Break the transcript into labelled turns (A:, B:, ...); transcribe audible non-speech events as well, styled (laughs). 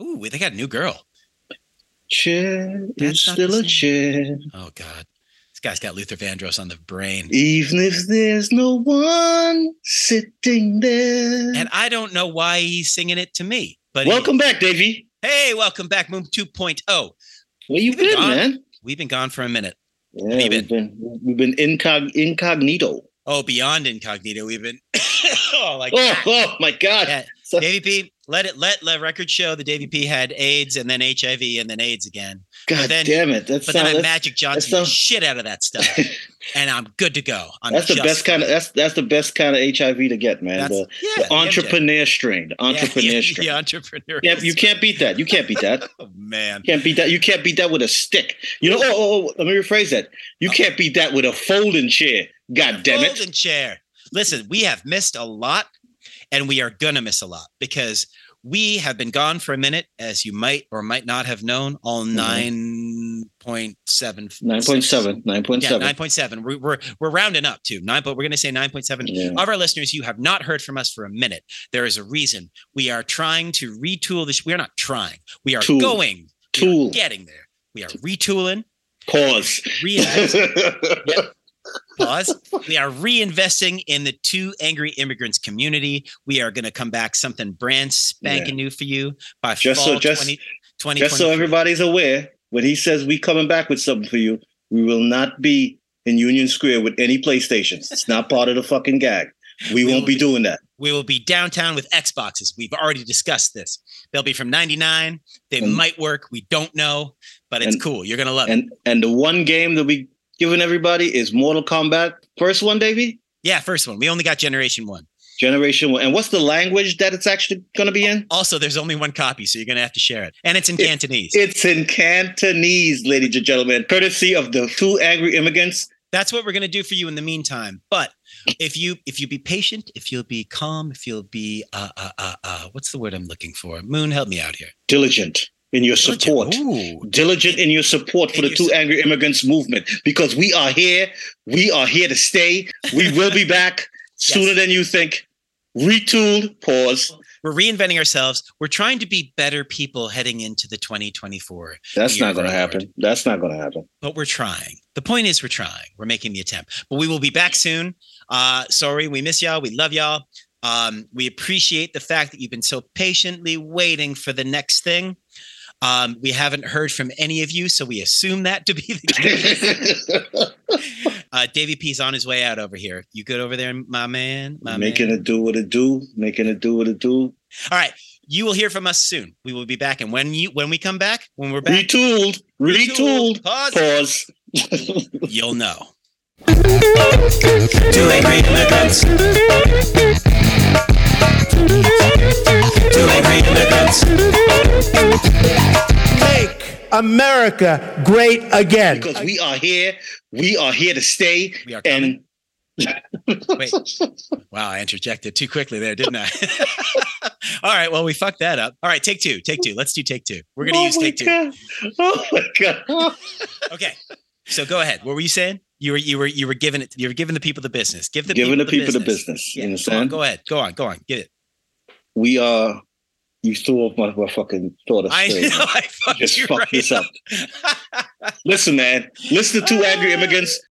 A: Ooh, they got a new girl.
B: Chip,
A: That's
B: it's
A: not
B: still
A: the
B: a chip.
A: Oh God, this guy's got Luther Vandross on the brain.
B: Even if there's no one sitting there.
A: And I don't know why he's singing it to me. But he-
B: Welcome back, Davey.
A: hey, welcome back, Moon 2.0.
B: Where you
A: You've been
B: been,
A: gone.
B: man?
A: oh. We've been gone for a minute.
B: Yeah,
A: you
B: we've been we've been incog- incognito.
A: Oh, beyond incognito, we've been (coughs) oh, like
B: Oh, oh my God!
A: Yeah.
B: So-
A: Davy P. Let it let the record show the Davy P. had AIDS and then HIV and then AIDS again.
B: God
A: then-
B: damn it! That's
A: But then I
B: that's,
A: Magic Johnson the
B: sounds-
A: shit out of that
B: (laughs)
A: stuff, and I'm good to go. I'm
B: that's the
A: just
B: best kind of
A: fine.
B: that's that's the best kind of HIV to get, man.
A: That's-
B: The,
A: yeah,
B: the
A: the MJ.
B: entrepreneur strain. The entrepreneur
A: yeah, (laughs)
B: strain.
A: The entrepreneur.
B: Yeah, you can't beat that. You can't beat that.
A: (laughs) Oh, man.
B: You can't beat that. You can't beat that with a stick. You know. Oh, oh, oh let me rephrase that. You can't beat that with a folding chair. God damn it!
A: Golden chair. Listen, we have missed a lot and we are going to miss a lot because we have been gone for a minute, as you might or might not have known, all
B: Mhm.
A: 9.7.
B: Nine point seven. Nine point
A: Yeah,
B: seven.
A: 9.7. We, we're, we're rounding up to 9, but we're going to say 9.7.
B: Yeah.
A: Of our listeners, you have not heard from us for a minute. There is a reason. We are trying to retool this. We are not trying. We are
B: Tool.
A: going. We are
B: Tool.
A: getting there. We are retooling,
B: Pause.
A: reinvesting.
B: (laughs)
A: pause. We are reinvesting in the two angry immigrants community. We are going to come back something brand spanking new for you by
B: Just so-
A: fall
B: just-
A: 20, 2023.
B: Just so everybody's aware, when he says we coming back with something for you, we will not be in Union Square with any PlayStations. It's not part of the fucking gag.
A: We
B: We, won't
A: will
B: be
A: be-
B: doing that.
A: we will be downtown with Xboxes. We've already discussed this. They'll be from 99. They
B: And-
A: might work. We don't know, but it's
B: and-
A: cool. You're going to love it.
B: And and the one game that we giving everybody is Mortal Kombat. First one, Davey.
A: Yeah, first one. We only got generation one.
B: Generation one. And what's the language that it's actually gonna be in?
A: Also, there's only one copy, so you're going to have to share it. And it's in
B: It-
A: Cantonese.
B: It's in Cantonese, ladies and gentlemen, courtesy of the two angry immigrants.
A: that's what we're going to do for you in the meantime but if you if you be patient if you'll be calm if you'll be uh uh uh, uh what's the word i'm looking for moon help me out here
B: Diligent in your support.
A: Ooh.
B: diligent in your support for
A: In
B: the
A: your
B: two
A: su-
B: angry immigrants movement because we are here we are here to stay we will
A: (laughs)
B: be back sooner than you think retooled pause
A: we're reinventing ourselves we're trying to be better people heading into the 2024
B: that's
A: Yeah,
B: not gonna
A: right.
B: happen that's not gonna happen
A: but we're trying the point is we're trying we're making the attempt but we will be back soon uh sorry we miss y'all we love y'all um we appreciate the fact that you've been so patiently waiting for the next thing um we haven't heard from any of you so we assume that to be the case Uh, Davy P's on his way out over here. You good over there, my man? (laughs) My
B: making
A: man?
B: it do what it do making it do what it do
A: All right. You will hear from us soon. We will be back, and when you when we come back, when we're back,
B: retooled retooled
A: pause,
B: pause
A: you'll know.
C: Two angry immigrants. Two angry immigrants.
D: Make America great again.
B: because we are here we are here to stay
A: We are coming.
B: and
A: Wait. Wow, I interjected too quickly there, didn't I? (laughs) All right. Well, we fucked that up. All right, take two. Take two. Let's do take two. We're gonna
B: oh
A: use
B: my
A: take two.
B: God. oh my god
A: Okay. So go ahead. What were you saying? You were you were you were giving it. You were giving the people the business. Give the
B: giving the people the
A: business.
B: business you
A: Yeah, go on,
B: understand
A: go ahead. Go on. Go on. Get it.
B: we are you threw off my, my fucking thought of
A: I (laughs)
B: story.
A: know. I fucked (laughs)
B: just
A: you
B: fucked
A: right
B: this up.
A: up. Ah.
B: Listen, man. Listen to two angry immigrants.